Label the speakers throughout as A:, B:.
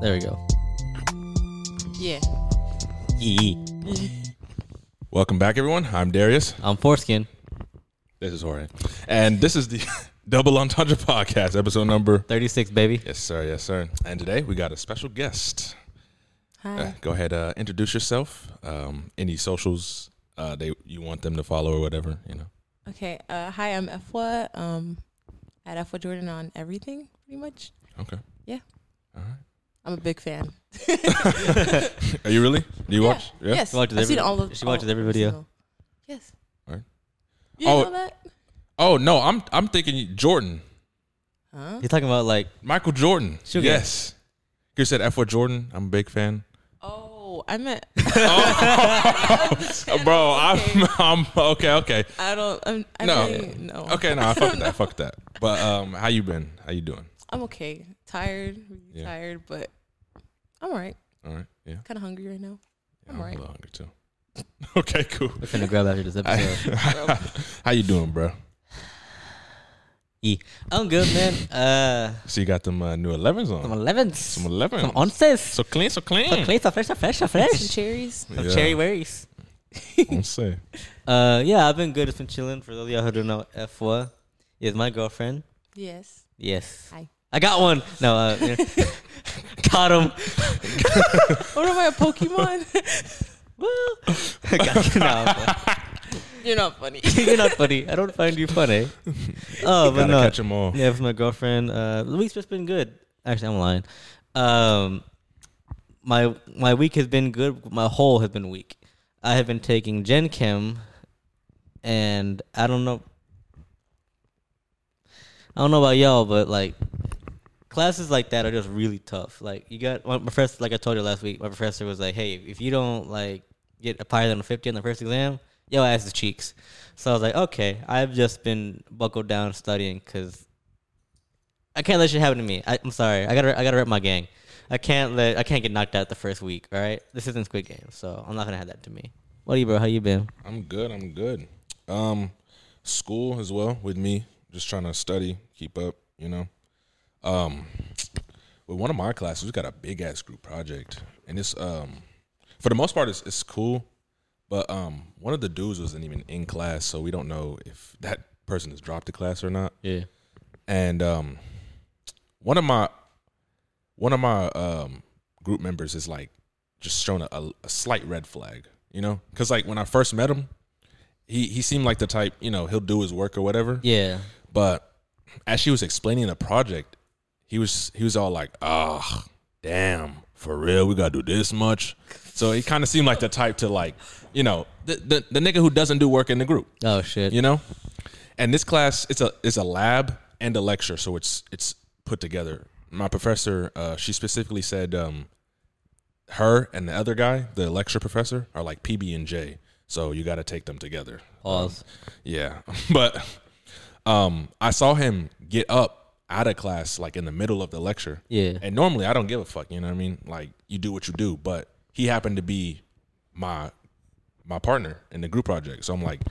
A: There we go.
B: Yeah.
A: Yee.
C: Welcome back, everyone. I'm Darius.
A: I'm foreskin.
C: This is Jorge. And this is the Double Entendre Podcast, episode number.
A: 36, baby.
C: Yes, sir. Yes, sir. And today we got a special guest.
B: Hi.
C: Uh, go ahead, uh, introduce yourself. Um, any socials uh, they you want them to follow or whatever, you know.
B: Okay. Uh, hi, I'm Efwa. Um, at Efwa Jordan on everything, pretty much.
C: Okay.
B: Yeah.
C: All right.
B: I'm a big fan.
C: Are you really? Do you
B: Yeah.
C: watch?
B: Yes.
A: She watches
B: I've seen
A: every-
B: all of.
A: she watches
B: all-
A: every
B: every
A: video.
B: single- Yes.
C: Alright.
B: You didn't
C: Oh.
B: know that?
C: Oh no, I'm I'm thinking Jordan,
B: Huh?
A: He's talking about like
C: Michael Jordan.
A: Sugar.
C: Yes. You said F4 Jordan. I'm a big fan.
B: Oh, I meant.
C: Uh, Bro, I'm I'm okay. Okay.
B: I don't. I'm, I
C: No.
B: really- no.
C: Okay. No, I fuck with that. Fuck with that. But um, how you been? How you doing?
B: I'm okay. Tired. Really
C: Yeah.
B: Tired, but I'm alright.
C: All right. Yeah.
B: Kind of hungry right now.
C: Yeah,
B: I'm
C: I'm a
B: alright.
C: little hungry too. Okay, cool.
A: we're finna grab after this episode.
C: How you doing, bro?
A: Yee. I'm good, man. Uh,
C: So you got them uh, new 11s
A: some
C: on?
A: 11s,
C: Some
A: some
C: 11s.
A: onces,
C: So clean, so clean.
A: some plates, some fresh, some fresh, some
B: Some
A: fresh,
B: cherries.
A: some
C: Yeah.
A: cherry berries.
C: Don't say.
A: Uh, yeah, I've been good. It's been chilling. For those of y'all who don't know, F1 is my girlfriend.
B: Yes.
A: Yes.
B: Hi.
A: I got one. No, uh, yeah. got him.
B: What am I a Pokemon?
A: got you now.
B: You're not funny.
A: You're not funny. I don't find you funny. Oh, but
C: Gotta
A: no.
C: catch them all.
A: Yeah, with my girlfriend. Uh, the week's just been good. Actually, I'm lying. Um, my my week has been good. My whole has been weak. I have been taking Gen Chem, and I don't know. I don't know about y'all, but like classes like that are just really tough. Like you got my professor, like I told you last week, my professor was like, "Hey, if you don't like get a higher than a fifty on the first exam, yo ass is cheeks." So I was like, "Okay, I've just been buckled down studying because I can't let shit happen to me. I, I'm sorry. I gotta I gotta rep my gang. I can't let I can't get knocked out the first week. All right, this isn't Squid Game, so I'm not gonna have that to me. What do you, bro? How you been?
C: I'm good. I'm good. Um, school as well with me. Just trying to study, keep up. You know, um, with one of my classes, we got a big ass group project, and it's um, for the most part, it's it's cool. But um, one of the dudes wasn't even in class, so we don't know if that person has dropped the class or not.
A: Yeah.
C: and um, one of my one of my um, group members is like just shown a, a, a slight red flag, you know, because like when I first met him, he he seemed like the type, you know, he'll do his work or whatever.
A: Yeah.
C: But as she was explaining the project, he was he was all like, "Ah, damn, for real, we gotta do this much." So he kind of seemed like the type to like, you know, the, the the nigga who doesn't do work in the group
A: Oh shit.
C: you know and this class it's a it's a lab and a lecture so it's it's put together my professor uh, she specifically said um, her and the other guy the lecture professor are like pb and j so you got to take them together Um,
A: Pause.
C: yeah but um, i saw him get up out of class like in the middle of the lecture
A: Yeah.
C: and normally I don't give a fuck, you know what I mean? Like you do what you do, but he happened to be my my partner in the group project. So I'm like,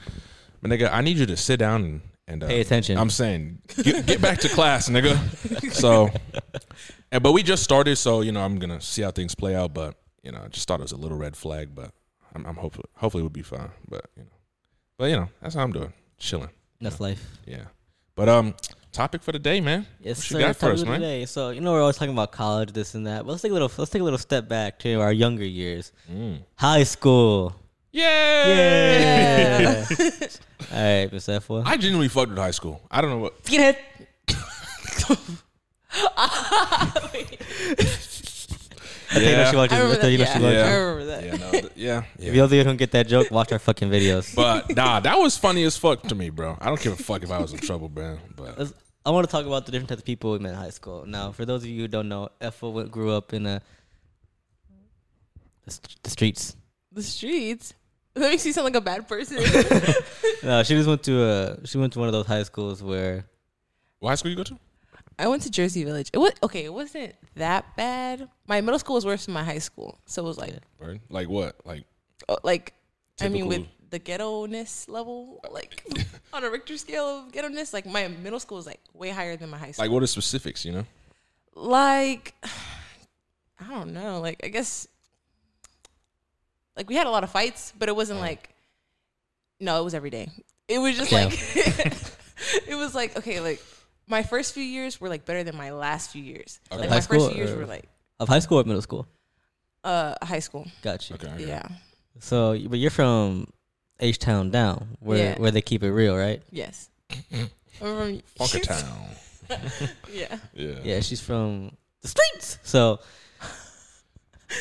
C: "My nigga, I need you to sit down and, and uh,
A: Pay attention.
C: I'm saying, get, get back to class, nigga. So, and but we just started, so you know I'm gonna see how things play out. But you know, I just thought it was a little red flag, but I'm, I'm hopefully hopefully we'll be fine. But you know, but you know that's how I'm doing, chilling.
A: That's life.
C: Yeah. But um, topic for the day, man.
A: Yes,
C: What
A: sir.
C: you got for
A: Topic
C: us,
A: of the
C: man?
A: day. So you know we're always talking about college, this and that. But let's take a little let's take a little step back to our younger years.
C: Mm.
A: High school.
C: Yay!
A: Yeah. All right, Miss F1.
C: I genuinely fucked with high school. I don't know what.
A: Skinhead.
C: Yeah.
A: You know she
B: I remember
A: watches.
B: that.
A: You know
B: Yeah.
A: she watches.
C: Yeah.
B: I remember that.
C: yeah, no, th- yeah, yeah.
A: If those of you who don't get that joke, watch our fucking videos.
C: But nah, that was funny as fuck to me, bro. I don't give a fuck if I was in trouble, man. But
A: Let's- I want to talk about the different types of people we met in high school. Now, for those of you who don't know, Effa went- grew up in a, the, st- the streets.
B: The streets. That makes you sound like a bad person.
A: No, Uh, she just went to a she went to one of those high schools where
C: what high school you go to?
B: I went to Jersey Village. It was okay. It wasn't that bad. My middle school was worse than my high school, so it was like,
C: Right? Like what? Like
B: oh, like I mean, with
C: Typical.
B: the ghetto ness level, like on a Richter scale of ghetto ness, like my middle school was like way higher than my high school.
C: like what are specifics? You know?
B: Like, I don't know. Like I guess like we had a lot of fights, but it wasn't like no, it was every day. It was just
A: Yeah.
B: like it was like okay, like my first few years were like better than my last few years.
C: Okay.
B: Like
A: High
B: my first
A: school
B: few years
A: or-
B: were like
A: Of high school or middle school?
B: uh high school.
A: Got you.
C: Okay. okay.
B: Yeah.
A: So, but you're from H Town down, where
B: Yeah.
A: where they keep it real, right?
B: Yes. I'm from-
C: Funker Town.
B: yeah.
C: Yeah.
A: Yeah, she's from the streets. So,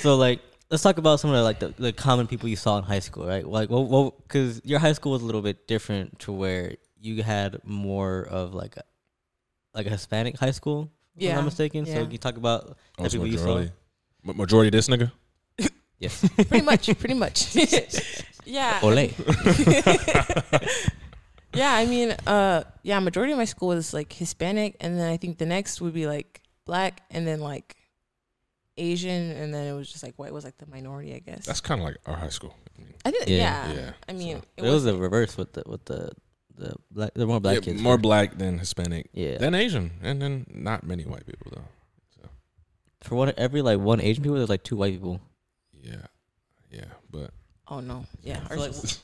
A: so like, let's talk about some of the like the, the common people you saw in high school, right? Like, well, well, because your high school was a little bit different to where you had more of like a like a Hispanic high school. If I'm
B: Yeah,
A: not mistaken. So
B: yeah.
A: can you talk about the
C: Oh, it's
A: people you saw?
C: majority. Ma- majority this nigga.
A: Yes.
B: Pretty much, pretty much. yeah.
A: Ole.
B: yeah, I mean, uh, yeah, majority of my school was like Hispanic, and then I think the next would be like black, and then like Asian, and then it was just like white was like the minority, I guess.
C: That's kind of like our high school. I mean,
B: I think,
A: Yeah,
B: yeah.
C: yeah,
B: I mean,
A: It
B: it
A: was
B: was
A: the reverse with the with the the black. They're more black
C: yeah,
A: kids.
C: more
A: right?
C: black than Hispanic,
A: Yeah.
C: than Asian, and then not many white people though.
A: For one, every like one Asian people, there's like two white people.
C: Yeah, yeah, but
B: oh no, yeah.
A: So,
B: ours
A: like,
B: was-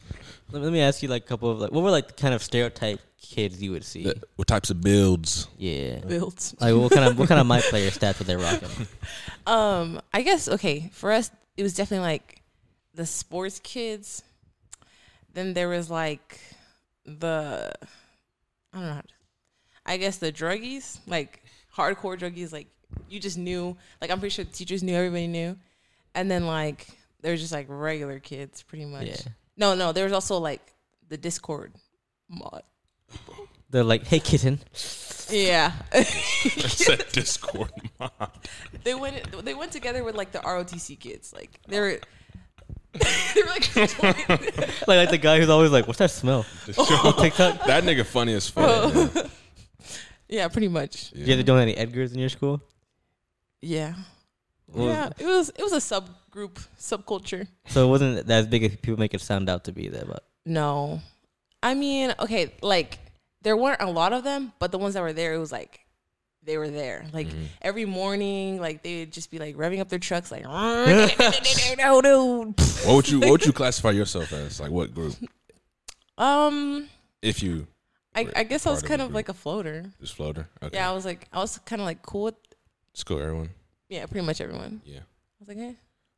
A: Let, let me ask you like a couple of like what were like the kind of stereotype kids you would see?
C: the, what types of builds?
A: yeah.
B: built.
A: Like what kind of what kind of my player stats were they rocking?
B: Um, I guess okay for us, it was definitely like the sports kids. Then there was like the I don't know. How to, I guess the druggies, like hardcore druggies, like you just knew. Like I'm pretty sure the teachers knew, everybody knew. And then like there was just like regular kids, pretty much.
A: Yeah.
B: No, no, there was also like the Discord mod.
A: They're like, hey kitten,
B: Yeah,
C: It's that Discord mod.
B: they went. They went together with like the ROTC kids. Like they were. they were like
A: like like the guy who's always like, what's that smell? TikTok.
C: that nigga funny as fuck. man.
B: Yeah, pretty much.
A: Did you ever doing any Edgars in your school?
B: Yeah.
A: What was-
B: yeah, it was it was a subgroup, subculture.
A: So it wasn't that as big as people make it sound out to be. That but
B: No. I mean, okay, like there weren't a lot of them, but the ones that were there, it was like they were there. Like
C: Mm-hmm.
B: every morning, like they would just be like revving up their trucks like um,
C: What would you What would you classify yourself as? Like what group?
B: Um
C: If you
B: I, I guess I was
C: Part of
B: kind
C: the
B: of
C: group.
B: like a floater.
C: just floater, okay.
B: Yeah, I was like I was kinda like cool with
C: Just go everyone.
B: yeah, pretty much everyone.
C: Yeah,
B: I was like, eh.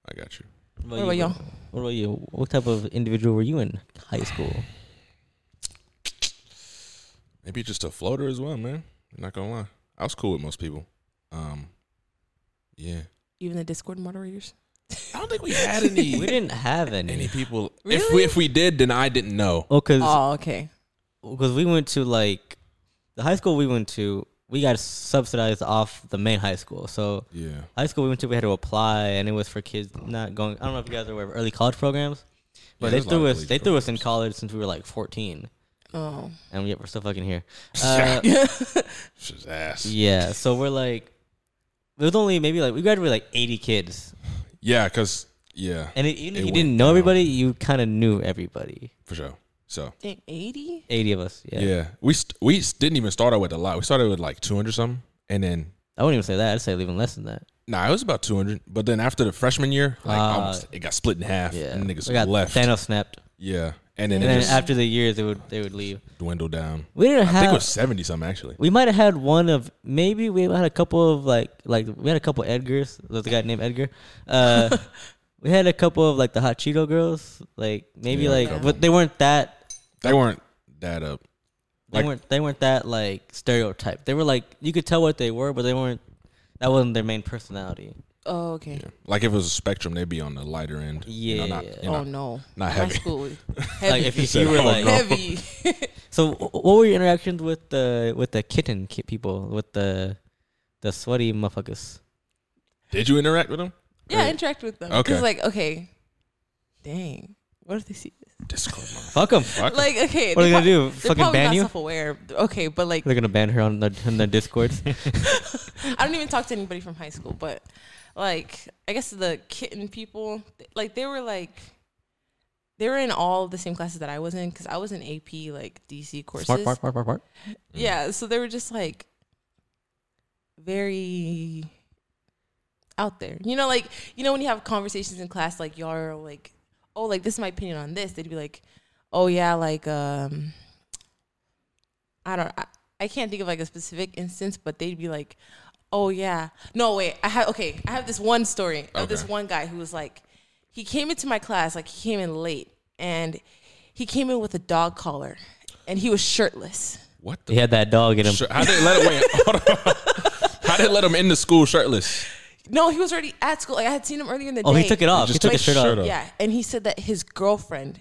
C: I got you.
B: What about y'all?
A: What about you? What type of individual were you in high school?
C: Maybe just a floater as well, man. I'm not gonna lie, I was cool with most people. Um, yeah.
B: Even the Discord moderators.
C: I don't think we had any.
A: We didn't have any.
C: any people. If
B: Really?
C: we if we did, then I didn't know.
A: Oh, cause
B: Oh, okay.
A: because we went to like the high school we went to, we got subsidized off the main high school. So
C: Yeah.
A: high school we went to, we had to apply, and it was for kids not going. I don't know if you guys are aware of early college programs, but
C: Yeah,
A: they
C: there's a lot
A: threw
C: of
A: us.
C: college
A: They threw us in college since we were like fourteen,
B: Oh.
A: and yet we're still fucking here. Uh,
C: Shit's ass.
A: yeah, so we're like, there's only maybe like we graduated like eighty kids,
C: Yeah, cause yeah,
A: and it, even if
C: It
A: you
C: went
A: didn't know
C: down.
A: everybody, you kind of knew everybody.
C: for sure. So
B: Dang, 80?
A: Eighty of us.
C: yeah,
A: Yeah.
C: we st- we s- didn't even start out with a lot. We started with like two hundred something, and then
A: I wouldn't even say that. I'd say even less than that.
C: nah, it was about two hundred. But then after the freshman year, like
A: Ah.
C: almost it got split in half,
A: Yeah,
C: and niggas
A: we got
C: left.
A: Thanos snapped.
C: Yeah, and then
A: and then
C: it just
A: after the years they would they would leave.
C: dwindled down.
A: We didn't
C: I
A: have.
C: think it was seventy something actually.
A: we might have had one of maybe we had a couple of like like we had a couple Edgars. There's a guy named Edgar. Uh, we had a couple of like the hot Cheeto girls. Like maybe
C: Yeah, a
A: like
C: couple.
A: but they weren't that
C: They weren't that up.
A: they
C: Like-
A: weren't they weren't that like stereotyped. They were like you could tell what they were, but they weren't. That wasn't their main personality.
B: Oh, okay.
C: Yeah. Like if it was a spectrum, they'd be on the lighter end. You know, not,
A: Yeah.
C: you know,
B: oh no.
C: not
B: My
C: heavy.
B: school was
A: Like
B: heavy.
A: if you,
C: said,
A: you were
C: "Oh,
A: like,
C: no."
B: heavy.
A: so wh- what were your interactions with the with the kitten ki- people with the the sweaty motherfuckers?
C: Did you interact with them?
B: yeah, interact with them.
C: Okay.
B: Because like, okay, dang, what if they see this?
C: Discord. man.
A: Fuck them.
C: Fuck.
B: Like, okay,
A: What are they
B: they're
A: gonna do?
B: prob- they're
A: Fucking
B: probably
A: ban
B: not
A: you?
B: Self-aware. Okay, but like,
A: They're gonna ban her on the on the discords.
B: I don't even talk to anybody from high school. But like, I guess the kitten people, th- like, they were like. They were in all the same classes that I was in because I was in AP like DC courses.
A: Smart, smart, smart, smart, smart.
B: Yeah, so they were just like very out there. You know, like you know when you have conversations in class, like y'all are like, oh, like this is my opinion on this. They'd be like, oh yeah, like um, I don't, I, I can't think of like a specific instance, but they'd be like, oh yeah, no wait, I have okay, I have this one story of this
C: Okay.
B: one guy who was like, he came into my class like he came in late and he came in with a dog collar and he was shirtless.
C: What the?
A: He had that dog in him.
C: Shir- How they let him? Wait, hold on. How they let him into school shirtless?
B: No, he was already at school. Like I had seen him earlier in the
A: Oh,
B: day.
A: he took it off. He,
C: just
A: took
C: took
A: his shirt off.
C: his shirt off.
B: Yeah, and he said that his girlfriend,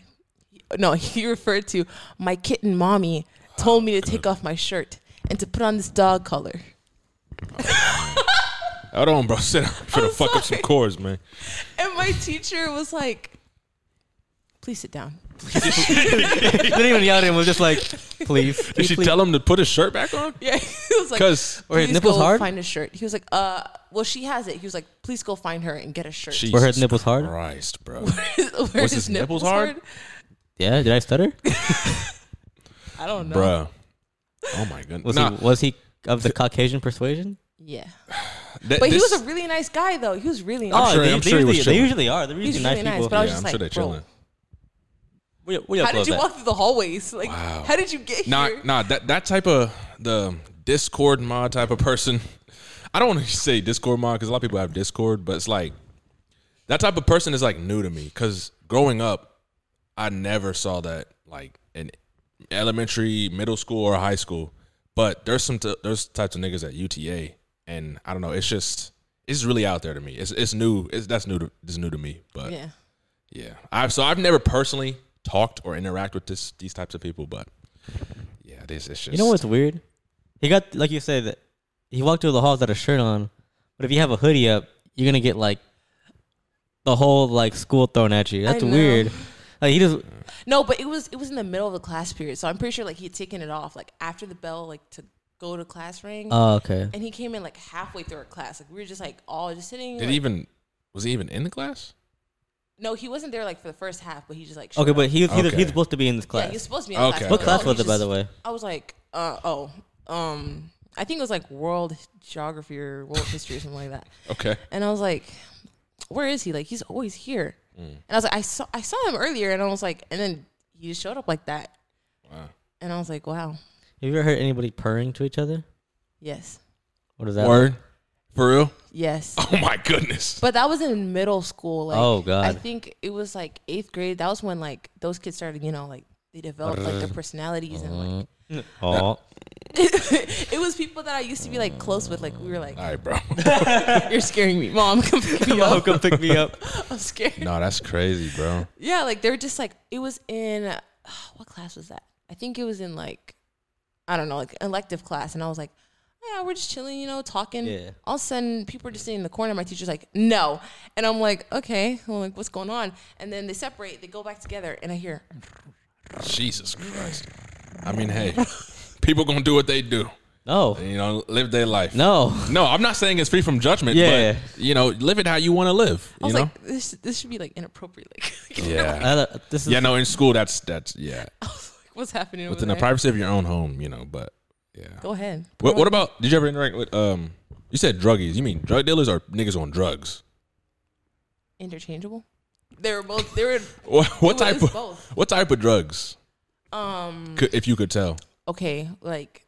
B: no, he referred to my kitten mommy, told me to take off my shirt and to put on this dog collar.
C: Hold on, bro. Sit down. For to
B: I'm
C: fuck up some
B: sorry.
C: chords, man.
B: And my teacher was like, "Please sit down."
A: He didn't even yell at him. It was just like, please.
C: Did she tell him to put his shirt back on?
B: Yeah, he was like,
C: 'Cause-
A: Were his
B: "Please
A: nipples
B: go
A: hard?
B: Find a shirt." He was like, "Uh, well, she has it." He was like, "Please go find her and get a shirt."
A: Were her
C: Jesus
A: nipples hard?
C: Christ, bro.
B: was
C: his nipples hard?
A: Yeah. Did I stutter?
B: I don't know.
C: Bruh. Oh my goodness.
A: Was
C: Nah,
A: he was he of the Caucasian persuasion?
B: Yeah, but
C: that- this-
B: he was a really nice guy, though. He was really
A: Oh,
B: nice.
C: sure-
A: they,
C: I'm
A: they
C: sure he was
A: usually, they
C: chilling.
A: usually are. They're usually
B: He's
A: nice
B: really nice,
A: people.
B: but I was
C: yeah,
B: just
C: I'm sure
B: like, bro.
C: they're chilling.
A: we, we
B: How did you
A: that.
B: walk through the hallways? Like,
C: Wow.
B: how did you get
C: Nah,
B: here?
C: nah, that, that type of the Discord mod type of person. I don't want to say Discord mod because a lot of people have Discord, but it's like that type of person is like new to me because growing up, I never saw that like in elementary, middle school, or high school. But there's some t- there's types of niggas at UTA, and I don't know. It's just it's really out there to me. It's it's new. It's that's new to it's new to me. But
B: Yeah.
C: yeah, I've so I've never personally talked or interact with this these types of people, but yeah, this it's just
A: You know what's weird? He got like you said that he walked through the halls without a shirt on, but if you have a hoodie up, you're gonna get like the whole like school thrown at you. That's
B: know.
A: weird. Like he just
B: No, but it was it was in the middle of the class period, so I'm pretty sure like he'd taken it off like after the bell like to go to class ring,
A: oh okay.
B: and he came in like halfway through our class. Like we were just like all just sitting.
C: did
B: like-
C: he even was he even in the class?
B: no, he wasn't there like for the first half, but he just like showed
A: Okay,
B: up.
A: but he was, he was, he
C: Okay.
A: was supposed to be in this
B: yeah,
A: class.
B: he was supposed to be in the
C: Okay.
B: class.
A: what
B: but,
A: class
B: oh,
A: was
B: he
A: it, by
B: just-
A: the way?
B: I was like, uh, oh, um, I think it was like world geography or world history or something like that.
C: Okay.
B: And I was like, where is he? Like he's always here.
A: Mm.
B: And I was like, I saw I saw him earlier, and I was like, and then he just showed up like that,
C: Wow.
B: and I was like, wow,
A: Have you ever heard anybody purring to each other?
B: yes,
A: What is that?
C: Word. For real?
B: yes.
C: Oh my goodness.
B: But that was in middle school. Like,
A: Oh, God.
B: I think it was like eighth grade. That was when like those kids started, you know, like they developed like their personalities and like
A: Oh, Uh-huh.
B: it was people that I used to be like close with. Like we were like,
C: All right, bro.
B: "You're scaring me, mom. Come pick me
A: oh,
B: up.
A: come pick me up.
B: I'm scared."
C: no, that's crazy, bro.
B: Yeah, like they were just like it was in what class was that? I think it was in like I don't know, like elective class, and I was like. Yeah, we're just chilling, you know, talking.
A: Yeah.
B: All of a sudden, people are just sitting in the corner. My teacher's like, "No," and I'm like, "Okay." Well, like, what's going on? And then they separate. They go back together, and I hear,
C: Jesus Christ. I mean, hey, people gonna do what they do.
A: No,
C: You know, live their life.
A: no.
C: No, I'm not saying it's free from judgment,
A: Yeah.
C: but you know, live it how you want to live.
B: "I was
C: you know?
B: like, this this should be like inappropriate. Like,
C: yeah.
A: I, this is
C: yeah, no, in school that's that's yeah.
B: what's happening over
C: Within
B: there?"
C: the privacy of your own home, you know, but yeah.
B: go ahead.
C: What, what about? Did you ever interact with? Um, you said druggies. You mean drug dealers or niggas on drugs?
B: Interchangeable. They were both. They were.
C: What,
B: it
C: what
B: was
C: type of?
B: both.
C: What type of drugs?
B: Um.
C: Could, if you could tell.
B: Okay. Like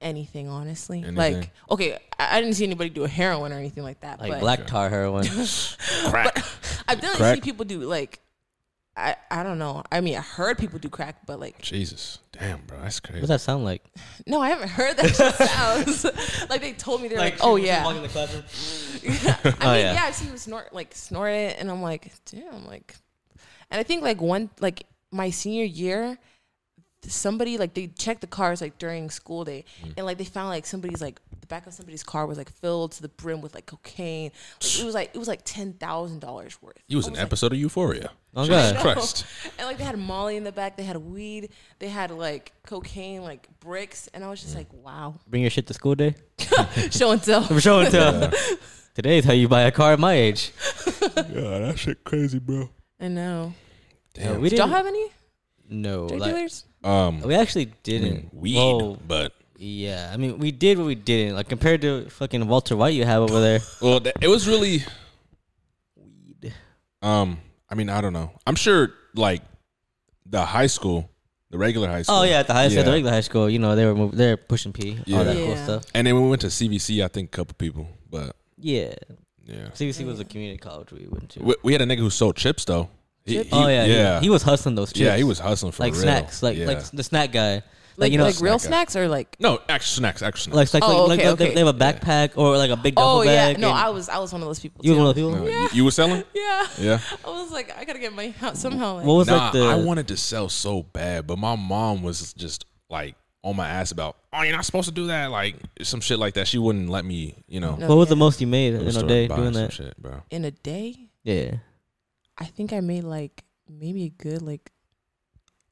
B: anything, honestly.
C: Anything.
B: Like okay, I, I didn't see anybody do a heroin or anything like that.
A: like
B: but
A: black tar heroin.
C: Crack.
B: I've definitely
C: crack.
B: seen people do like. I, I don't know. I mean, I heard people do crack, but like,
C: Jesus, damn, bro, that's crazy.
A: What does that sound like?
B: no, I haven't heard that shit sounds. like they told me they're like, oh yeah. I
A: Oh,
B: mean,
A: yeah.
B: yeah. I've seen him snort like snort it, and I'm like, damn, like, and I think like one like my senior year, somebody like they checked the cars like during school day, and like they found like somebody's like the back of somebody's car was like filled to the brim with like cocaine. Like, it was like it was like ten thousand dollars worth.
C: You was
B: I
C: an
B: like,
C: episode of Euphoria.
A: Oh,
C: Jesus
A: God.
C: Christ.
B: and like they had Molly in the back, they had weed, they had like cocaine, like bricks, and I was just like, wow,
A: Bring your shit to school day.
B: show and tell.
A: For show and tell. Today's how you buy a car at my age.
C: Yeah, that shit crazy, bro.
B: I know.
A: Yeah,
C: Damn.
A: we
B: Did y'all
A: didn't.
B: have any
A: No,
B: drug
A: like,
B: dealers?
C: Um,
A: we actually
C: I mean,
A: didn't.
C: weed,
A: Whoa,
C: but
A: Yeah, I mean, we did what we didn't. Like compared to fucking Walter White you have over there.
C: Well, th- it was really.
A: Weed.
C: Um, I mean, I don't know. I'm sure, like, the high school, the regular high school.
A: Oh yeah, at the high school, at the
C: Yeah.
A: regular high school, you know, they were mov- they're pushing P,
C: Yeah.
A: all that cool
B: Yeah.
A: stuff.
C: And then when we went to CVC, I think a couple people, but
A: Yeah,
C: yeah,
A: CBC
B: Mm.
A: was a community college we went to.
C: we, we had a nigga who sold chips though. He-
B: Chips?
C: he-
A: oh yeah, yeah.
C: yeah.
A: He, was hustling those chips.
C: yeah, he was hustling for
A: like
C: real.
A: snacks, like
C: Yeah.
A: like the snack guy. Like,
B: Like,
A: you know,
B: like real
C: snack guy.
B: snacks or like
C: no, actual snacks, actual snacks.
A: like like,
B: Oh,
A: like,
B: okay,
A: like they-
B: okay.
A: they have a backpack or like a big duffel
B: Oh yeah,
A: bag.
B: no,
A: and-
B: I was I was one of those people.
A: you
B: too.
A: were one of those people.
C: No, Uh, you, you were selling?
B: Yeah.
C: Yeah.
B: I was like, I gotta get my house somehow. Like,
A: What was
C: nah,
A: like the?
C: I wanted to sell so bad, but my mom was just like on my ass about, oh, you're not supposed to do that, like some shit like that. She wouldn't let me, you know,
B: No.
A: what was
B: yeah.
A: the most you made in
C: go to the
A: a
C: store
A: day
C: and buy
A: doing
C: some
A: that?
C: shit, bro.
B: in a day,
A: Yeah,
B: I think I made like maybe a good like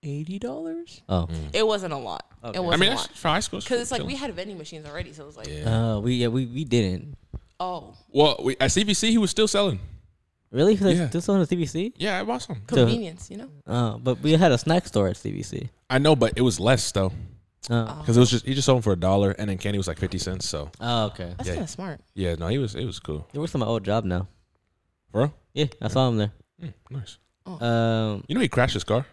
B: eighty dollars.
A: Oh.
B: It wasn't a lot.
A: Okay. I mean,
B: It
C: Mm. I
B: wasn't
C: mean,
B: a
C: that's
B: lot.
C: for high school.
B: Because it's like we had vending machines already, so it was like,
C: yeah.
A: Uh, we yeah we we didn't
B: oh,
C: well, we, at CVC, he was still selling.
A: really. Like,
C: Yeah.
A: Still selling the CBC.
C: Yeah, I bought some.
B: convenience, you know?
A: Uh, but we had a snack store at CBC.
C: I know, but it was less though,
B: Oh.
A: Uh,
C: because it was just he just sold them for a dollar, and then candy was like fifty cents. So
A: oh, okay.
B: That's
C: Yeah.
B: kind of smart.
C: yeah, no, he was it was cool,
A: He works at my old job now.
C: bro.
A: Yeah, I saw him there.
C: Mm, nice.
B: Oh.
A: Um,
C: You know he crashed his car.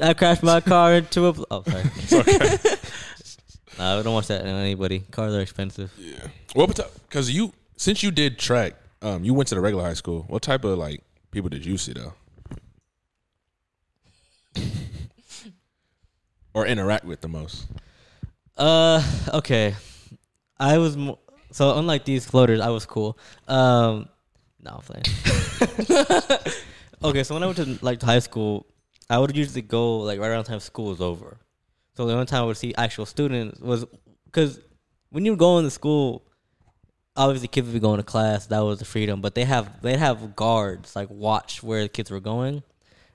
A: I crashed my car into a. Pl- oh, sorry. Nah, I don't watch that on anybody. Cars are expensive.
C: Yeah. What because you since you did track, um, you went to the regular high school. What type of like people did you see though, or interact with the most?
A: Uh, okay. I was mo- so unlike these floaters, I was cool. Um, no, I'm playing. okay, so when I went to like high school, I would usually go like right around the time school was over. So the only time I would see actual students was because when you go into school, obviously kids would be going to class. That was the freedom, but they have they have guards like watch where the kids were going,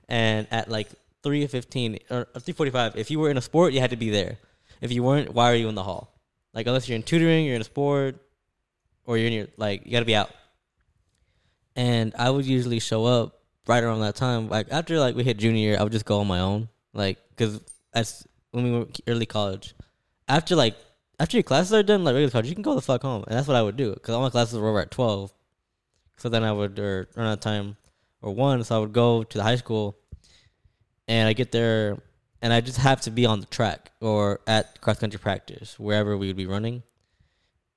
A: and at like three fifteen or three forty five, if you were in a sport, you had to be there. If you weren't, why are you in the hall? Like unless you're in tutoring, you're in a sport, or you're in your like you got to be out. And I would usually show up right around that time. Like after like we hit junior, year, I would just go on my own. Like because as when we were early college, after like after your classes are done, like regular college, you can go the fuck home, and that's what I would do. Because all my classes were over at twelve, so then I would or run out of time or one, so I would go to the high school, and I get there, and I just have to be on the track or at cross country practice wherever we would be running.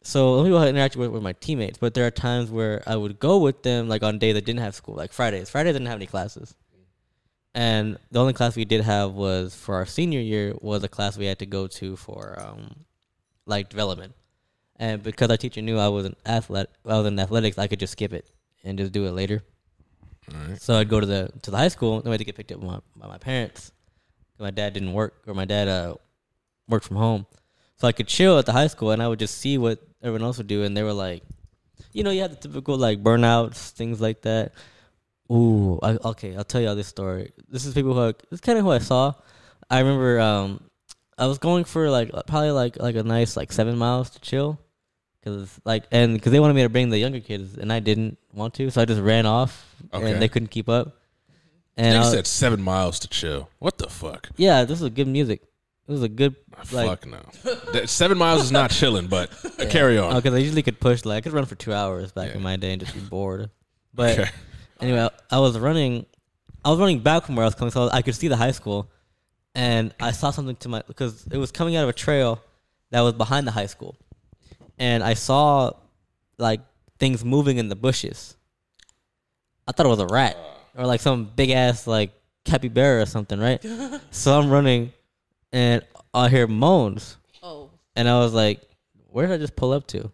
A: So let me go ahead and interact with, with my teammates, but there are times where I would go with them, like on day that didn't have school, like Fridays. Friday didn't have any classes, and the only class we did have was for our senior year was a class we had to go to for um, like development. And because our teacher knew I was an athlete, I was in athletics, I could just skip it and just do it later. So I'd go to the to the high school. Then I had to get picked up by my, by my parents. My dad didn't work, or my dad uh, worked from home, so I could chill at the high school, and I would just see what everyone else would do. And they were like, you know, you have the typical like burnouts, things like that. Ooh, I, okay, I'll tell y'all this story. This is people who I, this kind of who I saw. I remember um, I was going for like uh, probably like like a nice like seven miles to chill, cause like and because they wanted me to bring the younger kids, and I didn't want to, so I just ran off,
C: Okay.
A: and they couldn't keep up.
C: He
A: And uh, I,
C: said seven miles to chill. What the fuck?
A: yeah, this was good music. This was a good like
C: fuck no. That- seven miles is not chilling, but uh, carry on.
A: because Oh, I usually could push like I could run for two hours back
C: Oh. Yeah.
A: in my day and just be bored. But
C: Okay.
A: anyway, I, I was running. I was running back from where I was coming, so I could see the high school, and I saw something to my because it was coming out of a trail that was behind the high school, and I saw like things moving in the bushes. I thought it was a rat or like some big ass like capybara or something, right? so I'm running, and I hear moans,
B: Oh.
A: and I was like, "Where did I just pull up to?"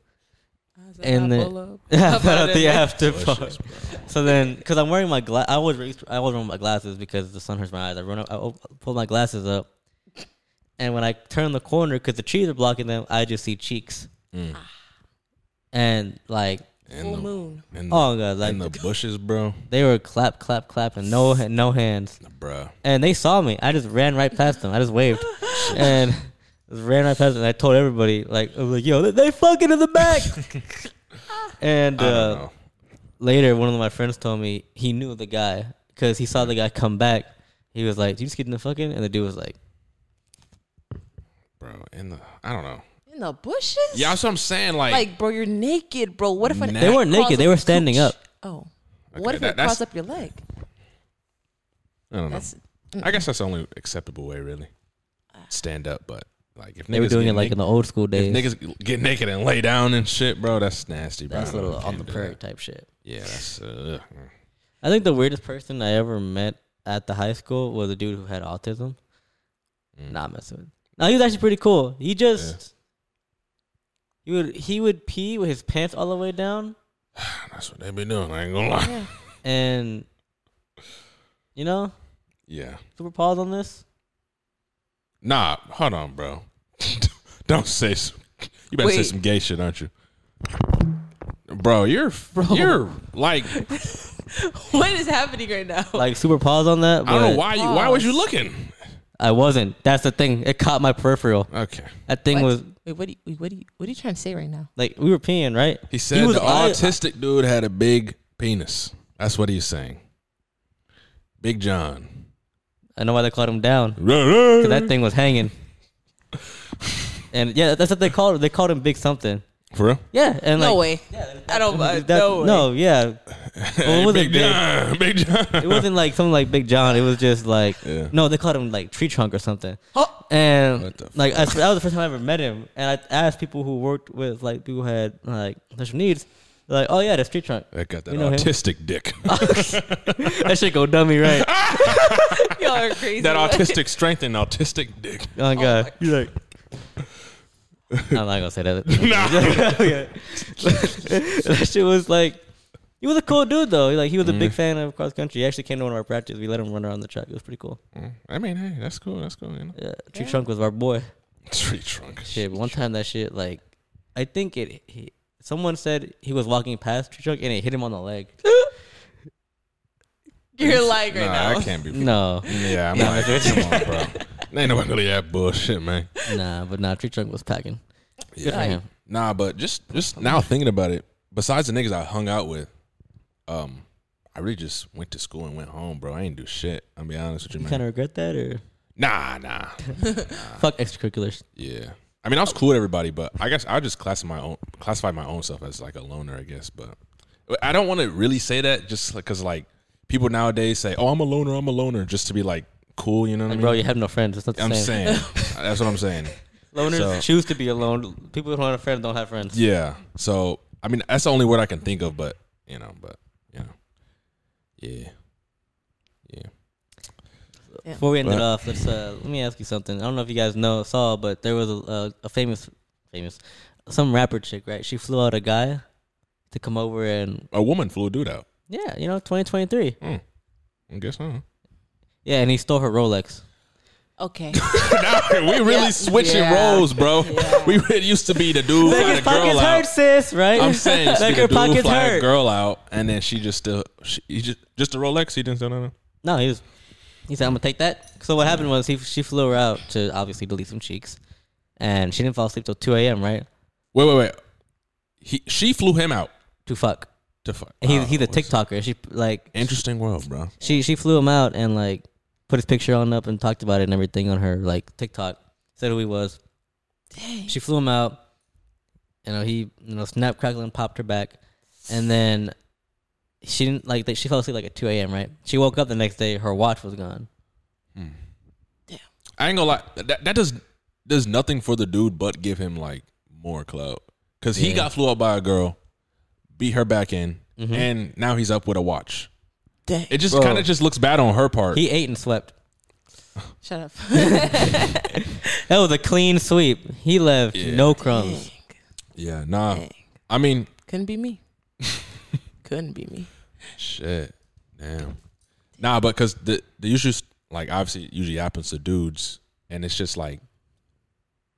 B: I was
A: And
B: I
A: the-
B: pull up.
A: Yeah,
B: How
A: but
B: about
A: at the
B: that?
A: after part. So then, because I'm wearing my glass, I was I always wearing my glasses because the sun hurts my eyes. I run up, I op- pull my glasses up, and when I turn the corner because the trees are blocking them, I just see cheeks,
C: Mm.
A: and like
C: In
B: Full
C: the,
B: moon.
C: in the,
A: oh god, like
C: in Mm. the bushes, bro.
A: they were clap, clap, clap, and no, ha- no hands,
C: Bruh.
A: and they saw me. I just ran right past them. I just waved, and just ran right past them. And I told everybody, like, I was like, yo, they, they fucking in the back, and.
C: I don't
A: uh,
C: know.
A: later, one of my friends told me he knew the guy because he saw the guy come back. He was like, "You just get in the fucking," and the dude was like,
C: Bro, in the I don't know.
B: in the bushes.
C: Yeah, that's what I'm saying. Like,
B: like bro, you're naked, bro. What if an
C: They
B: ant
A: weren't
B: crawls
A: naked,
B: up
A: they were
B: your
A: standing
B: cooch?
A: up.
B: Oh, what if
C: that-
B: it crawls
C: that's-
B: up your leg?
C: I don't know.
B: That's
C: I guess that's the only acceptable way, really. Stand up, but like if
A: They were
C: niggas
A: doing
C: get
A: it like
C: naked-
A: in the old school
C: If
A: days.
C: niggas get naked and lay down and shit, bro, that's nasty. Bro.
A: That's a
C: I don't
A: little
C: know,
A: on the
C: can't do
A: prairie
C: that.
A: type shit.
C: Yeah, that's uh, ugh.
A: I think the weirdest person I ever met at the high school was a dude who had autism.
C: Mm.
A: Nah, I'm messing with. No, he was actually pretty cool. He just he would he would pee with his pants all the way down,
C: that's what they be doing. I ain't gonna lie.
B: yeah.
A: and you know,
C: Yeah,
A: super pause on this.
C: nah, hold on, bro. don't say some, you better say
B: Wait.
C: some gay shit, aren't you? Bro, you're you're like
B: what is happening right now?
A: Like super pause on that.
C: I don't know
A: but
C: why you why was you looking?
A: I wasn't. That's the thing. It caught my peripheral.
C: Okay,
A: That thing
B: What?
A: was
B: Wait, what? Are you, what? Are you, what are you trying to say right now?
A: like we were peeing, right?
C: he said
A: was
C: the
A: eye-
C: autistic dude had a big penis. That's what he's saying. Big John.
A: I know why they called him down. 'cause
B: Mm-hmm.
A: that thing was hanging. and yeah, that's what they called. it. They called him Big Something.
C: For real?
A: Yeah, and
B: no
A: like,
B: way. I don't. Uh,
A: That-
B: no. Way.
A: no, yeah. Well, it wasn't
C: Big
A: big.
C: John. Big John.
A: It wasn't like something like Big John. It was just like
C: Yeah.
A: no, they called him like tree trunk or something.
B: Oh,
A: And
C: What the
A: like I, that was the first time I ever met him. And I asked people who worked with like people who had like special needs, like oh yeah, that's tree trunk.
C: That got that
A: You know him?
C: autistic dick.
A: that shit go dummy right.
B: y'all are crazy.
C: that autistic strength and autistic dick.
A: Oh god, you're like. I'm not gonna say that. that shit was like, he was a cool dude though. Like he was a big fan of cross country. He actually came to one of our practices. We let him run around the track. It was pretty cool.
C: Mm, I mean, hey, that's cool. That's cool. You know?
A: Yeah, Tree Trunk was our boy.
C: Tree trunk.
A: Shit, one time that shit like, I think it. He, someone said he was walking past Tree Trunk and it hit him on the leg.
B: You're lying right
C: Nah,
B: now.
C: I can't be.
A: No,
C: Yeah, I'm like, come on, bro. Ain't nobody really that bullshit, man.
A: nah, but nah, Tree Trunk was packing. Good for
C: Yeah.
A: him.
C: Nah, but just just now thinking about it, besides the niggas I hung out with, um, I really just went to school and went home, bro. I ain't do shit. I'll be honest with you,
A: You
C: man.
A: kind of regret that or
C: nah, nah.
A: fuck extracurriculars.
C: Yeah. I mean, I was cool with everybody, but I guess I just classify my own classify my own self as like a loner, I guess. But I don't want to really say that just because like people nowadays say, "Oh, I'm a loner, I'm a loner," just to be like cool, you know what
A: Like,
C: I
A: bro,
C: mean?
A: you have no friends. It's not the
C: I'm
A: same.
C: saying that's what I'm saying.
A: Loners
C: So-
A: choose to be alone. People who don't have friends don't have friends.
C: Yeah. So I mean, that's the only word I can think of, but you know, but you know, yeah, yeah.
A: Before we end it
C: Right.
A: off, let's uh, let me ask you something. I don't know if you guys know saw, but there was a, a, a famous, famous, some rapper chick, right? She flew out a guy to come over and
C: A woman flew a dude out. Hmm.
A: yeah, you know, 2023.
C: I guess huh?
A: Yeah, and he stole her Rolex.
B: Okay.
C: we really
B: Yeah.
C: switching
B: Yeah.
C: roles, bro.
B: Yeah.
C: We it used to be the dude
A: Make
C: and
A: his
C: the girl
A: pockets
C: out.
A: hurt, sis. Right?
C: I'm saying
A: make
C: like
A: her
C: her dude
A: pockets
C: fly a
A: hurt.
C: girl out, and then she just still she he just just a Rolex. He didn't say no, no.
A: No, he was. He said, "I'm gonna take that." So what happened was he she flew her out to obviously delete some cheeks, and she didn't fall asleep till 2 a.m. Right?
C: Wait, wait, wait. He she flew him out
A: To fuck.
C: to fuck.
A: And he,
C: Wow,
A: he's a
C: that was-
A: TikToker. She like
C: Interesting world, bro.
A: she she flew him out and like put his picture on up and talked about it and everything on her like TikTok. Said who he was.
B: Dang.
A: She flew him out. You know he you know snap crackle and popped her back, and then she didn't like that. She fell asleep like at two a.m. Right? She woke up the next day. Her watch was gone.
C: I ain't gonna lie. That that does does nothing for the dude but give him like more clout because he
A: Yeah. Mm-hmm.
C: got flew out by a girl, beat her back in, and now he's up with a watch.
B: Dang.
C: It just
A: Bro.
C: kind of just looks bad on her part.
A: He ate and slept.
B: Shut up.
A: That was a clean sweep. He left
C: Yeah.
A: no crumbs.
C: yeah, nah.
B: Dang.
C: I mean,
B: Couldn't be me. Couldn't be me.
C: Shit, damn. Nah, but because the the usually like obviously it usually happens to dudes, and it's just like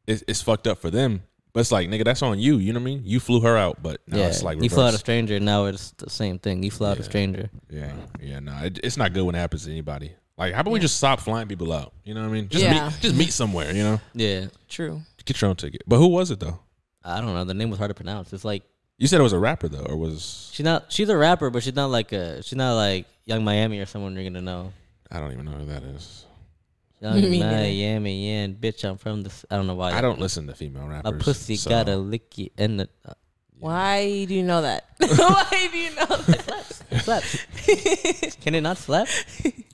C: it's it's fucked up for them. But it's like nigga, that's on you. You know what I mean? You flew her out, but now
A: yeah,
C: it's like
A: you
C: reverse.
A: flew out a stranger. Now it's the same thing. You flew out a stranger.
C: yeah, yeah. Nah, it, it's not good when it happens to anybody. Like, how about we just stop flying people out? You know what I mean? Just
B: Yeah.
C: meet, just meet somewhere. You know,
A: Yeah,
B: True.
C: get your own ticket. But who was it though?
A: I don't know. The name was hard to pronounce. It's like
C: You said it was a rapper though, or was
A: She's not. She's a rapper, but she's not like a. She's not like Young Miami or someone you're gonna know.
C: I don't even know who that is.
A: Young
B: Me
A: and I,
B: neither.
A: yam and yan, bitch. I'm from the. s- I don't know why.
C: I don't listen to female rappers.
A: My pussy
C: so-
A: got a licky and the uh,
B: Why do you know that? Why do you know that?
A: slap. Can it not slap?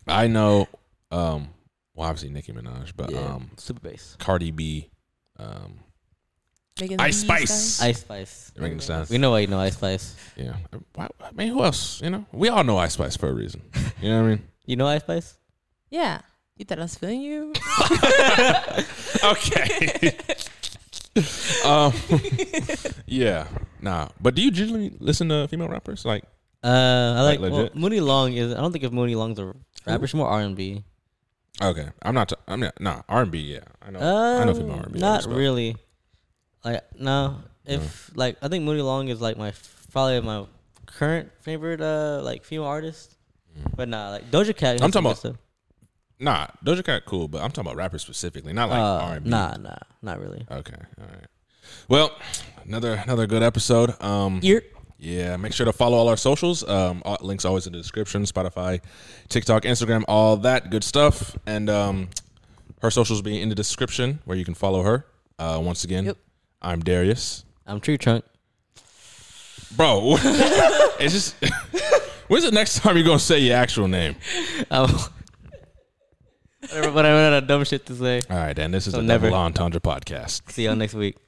C: I know. Um, well, obviously Nicki Minaj, but
A: Yeah,
C: um,
A: super bass.
C: Cardi B, um,
B: Megan
C: Ice
B: Thee
C: Spice.
B: Stallion?
A: Ice Spice.
C: Megan Thee Stallion.
A: We know why you know Ice Spice.
C: Yeah. Why, I mean, who else? You know, we all know Ice Spice for a reason. You know what I mean?
A: You know Ice Spice?
B: Yeah. You thought I was feeling you?
C: okay. um, yeah. Nah. But do you generally listen to female rappers? Like,
A: Uh, I like,
C: Like
A: well,
C: legit?
A: Mooney Long is. I don't think if Mooney Long's a rapper. She's more R and B.
C: okay, I'm not. i I'm not. Nah. R and B. Yeah. I know. I know female R and B.
A: Um, Not really. Like no, if like I think Mooney Long is like my f- probably my current favorite uh like female artist. But nah, like Doja Cat. has
C: Mm. I'm
A: some
C: talking
A: good stuff.
C: Nah. Doja Cat cool, but I'm talking about rappers specifically, not like
A: Uh,
C: R and B.
A: Nah, nah, not really.
C: Okay. All right. Well, another another good episode. Um.
A: Ear.
C: Yeah, make sure to follow all our socials. Um, all- links always in the description: Spotify, TikTok, Instagram, all that good stuff. And um, her socials be in the description where you can follow her. Uh, once again,
B: Yep.
C: I'm Darius,
A: I'm Tree Trunk.
C: bro. it's just when's the next time you're gonna say your actual name?
A: Oh. Whatever, but I ran out of dumb shit to say.
C: All right, Dan. This is
A: So
C: the
A: never.
C: Double Entendre podcast.
A: See y'all next week.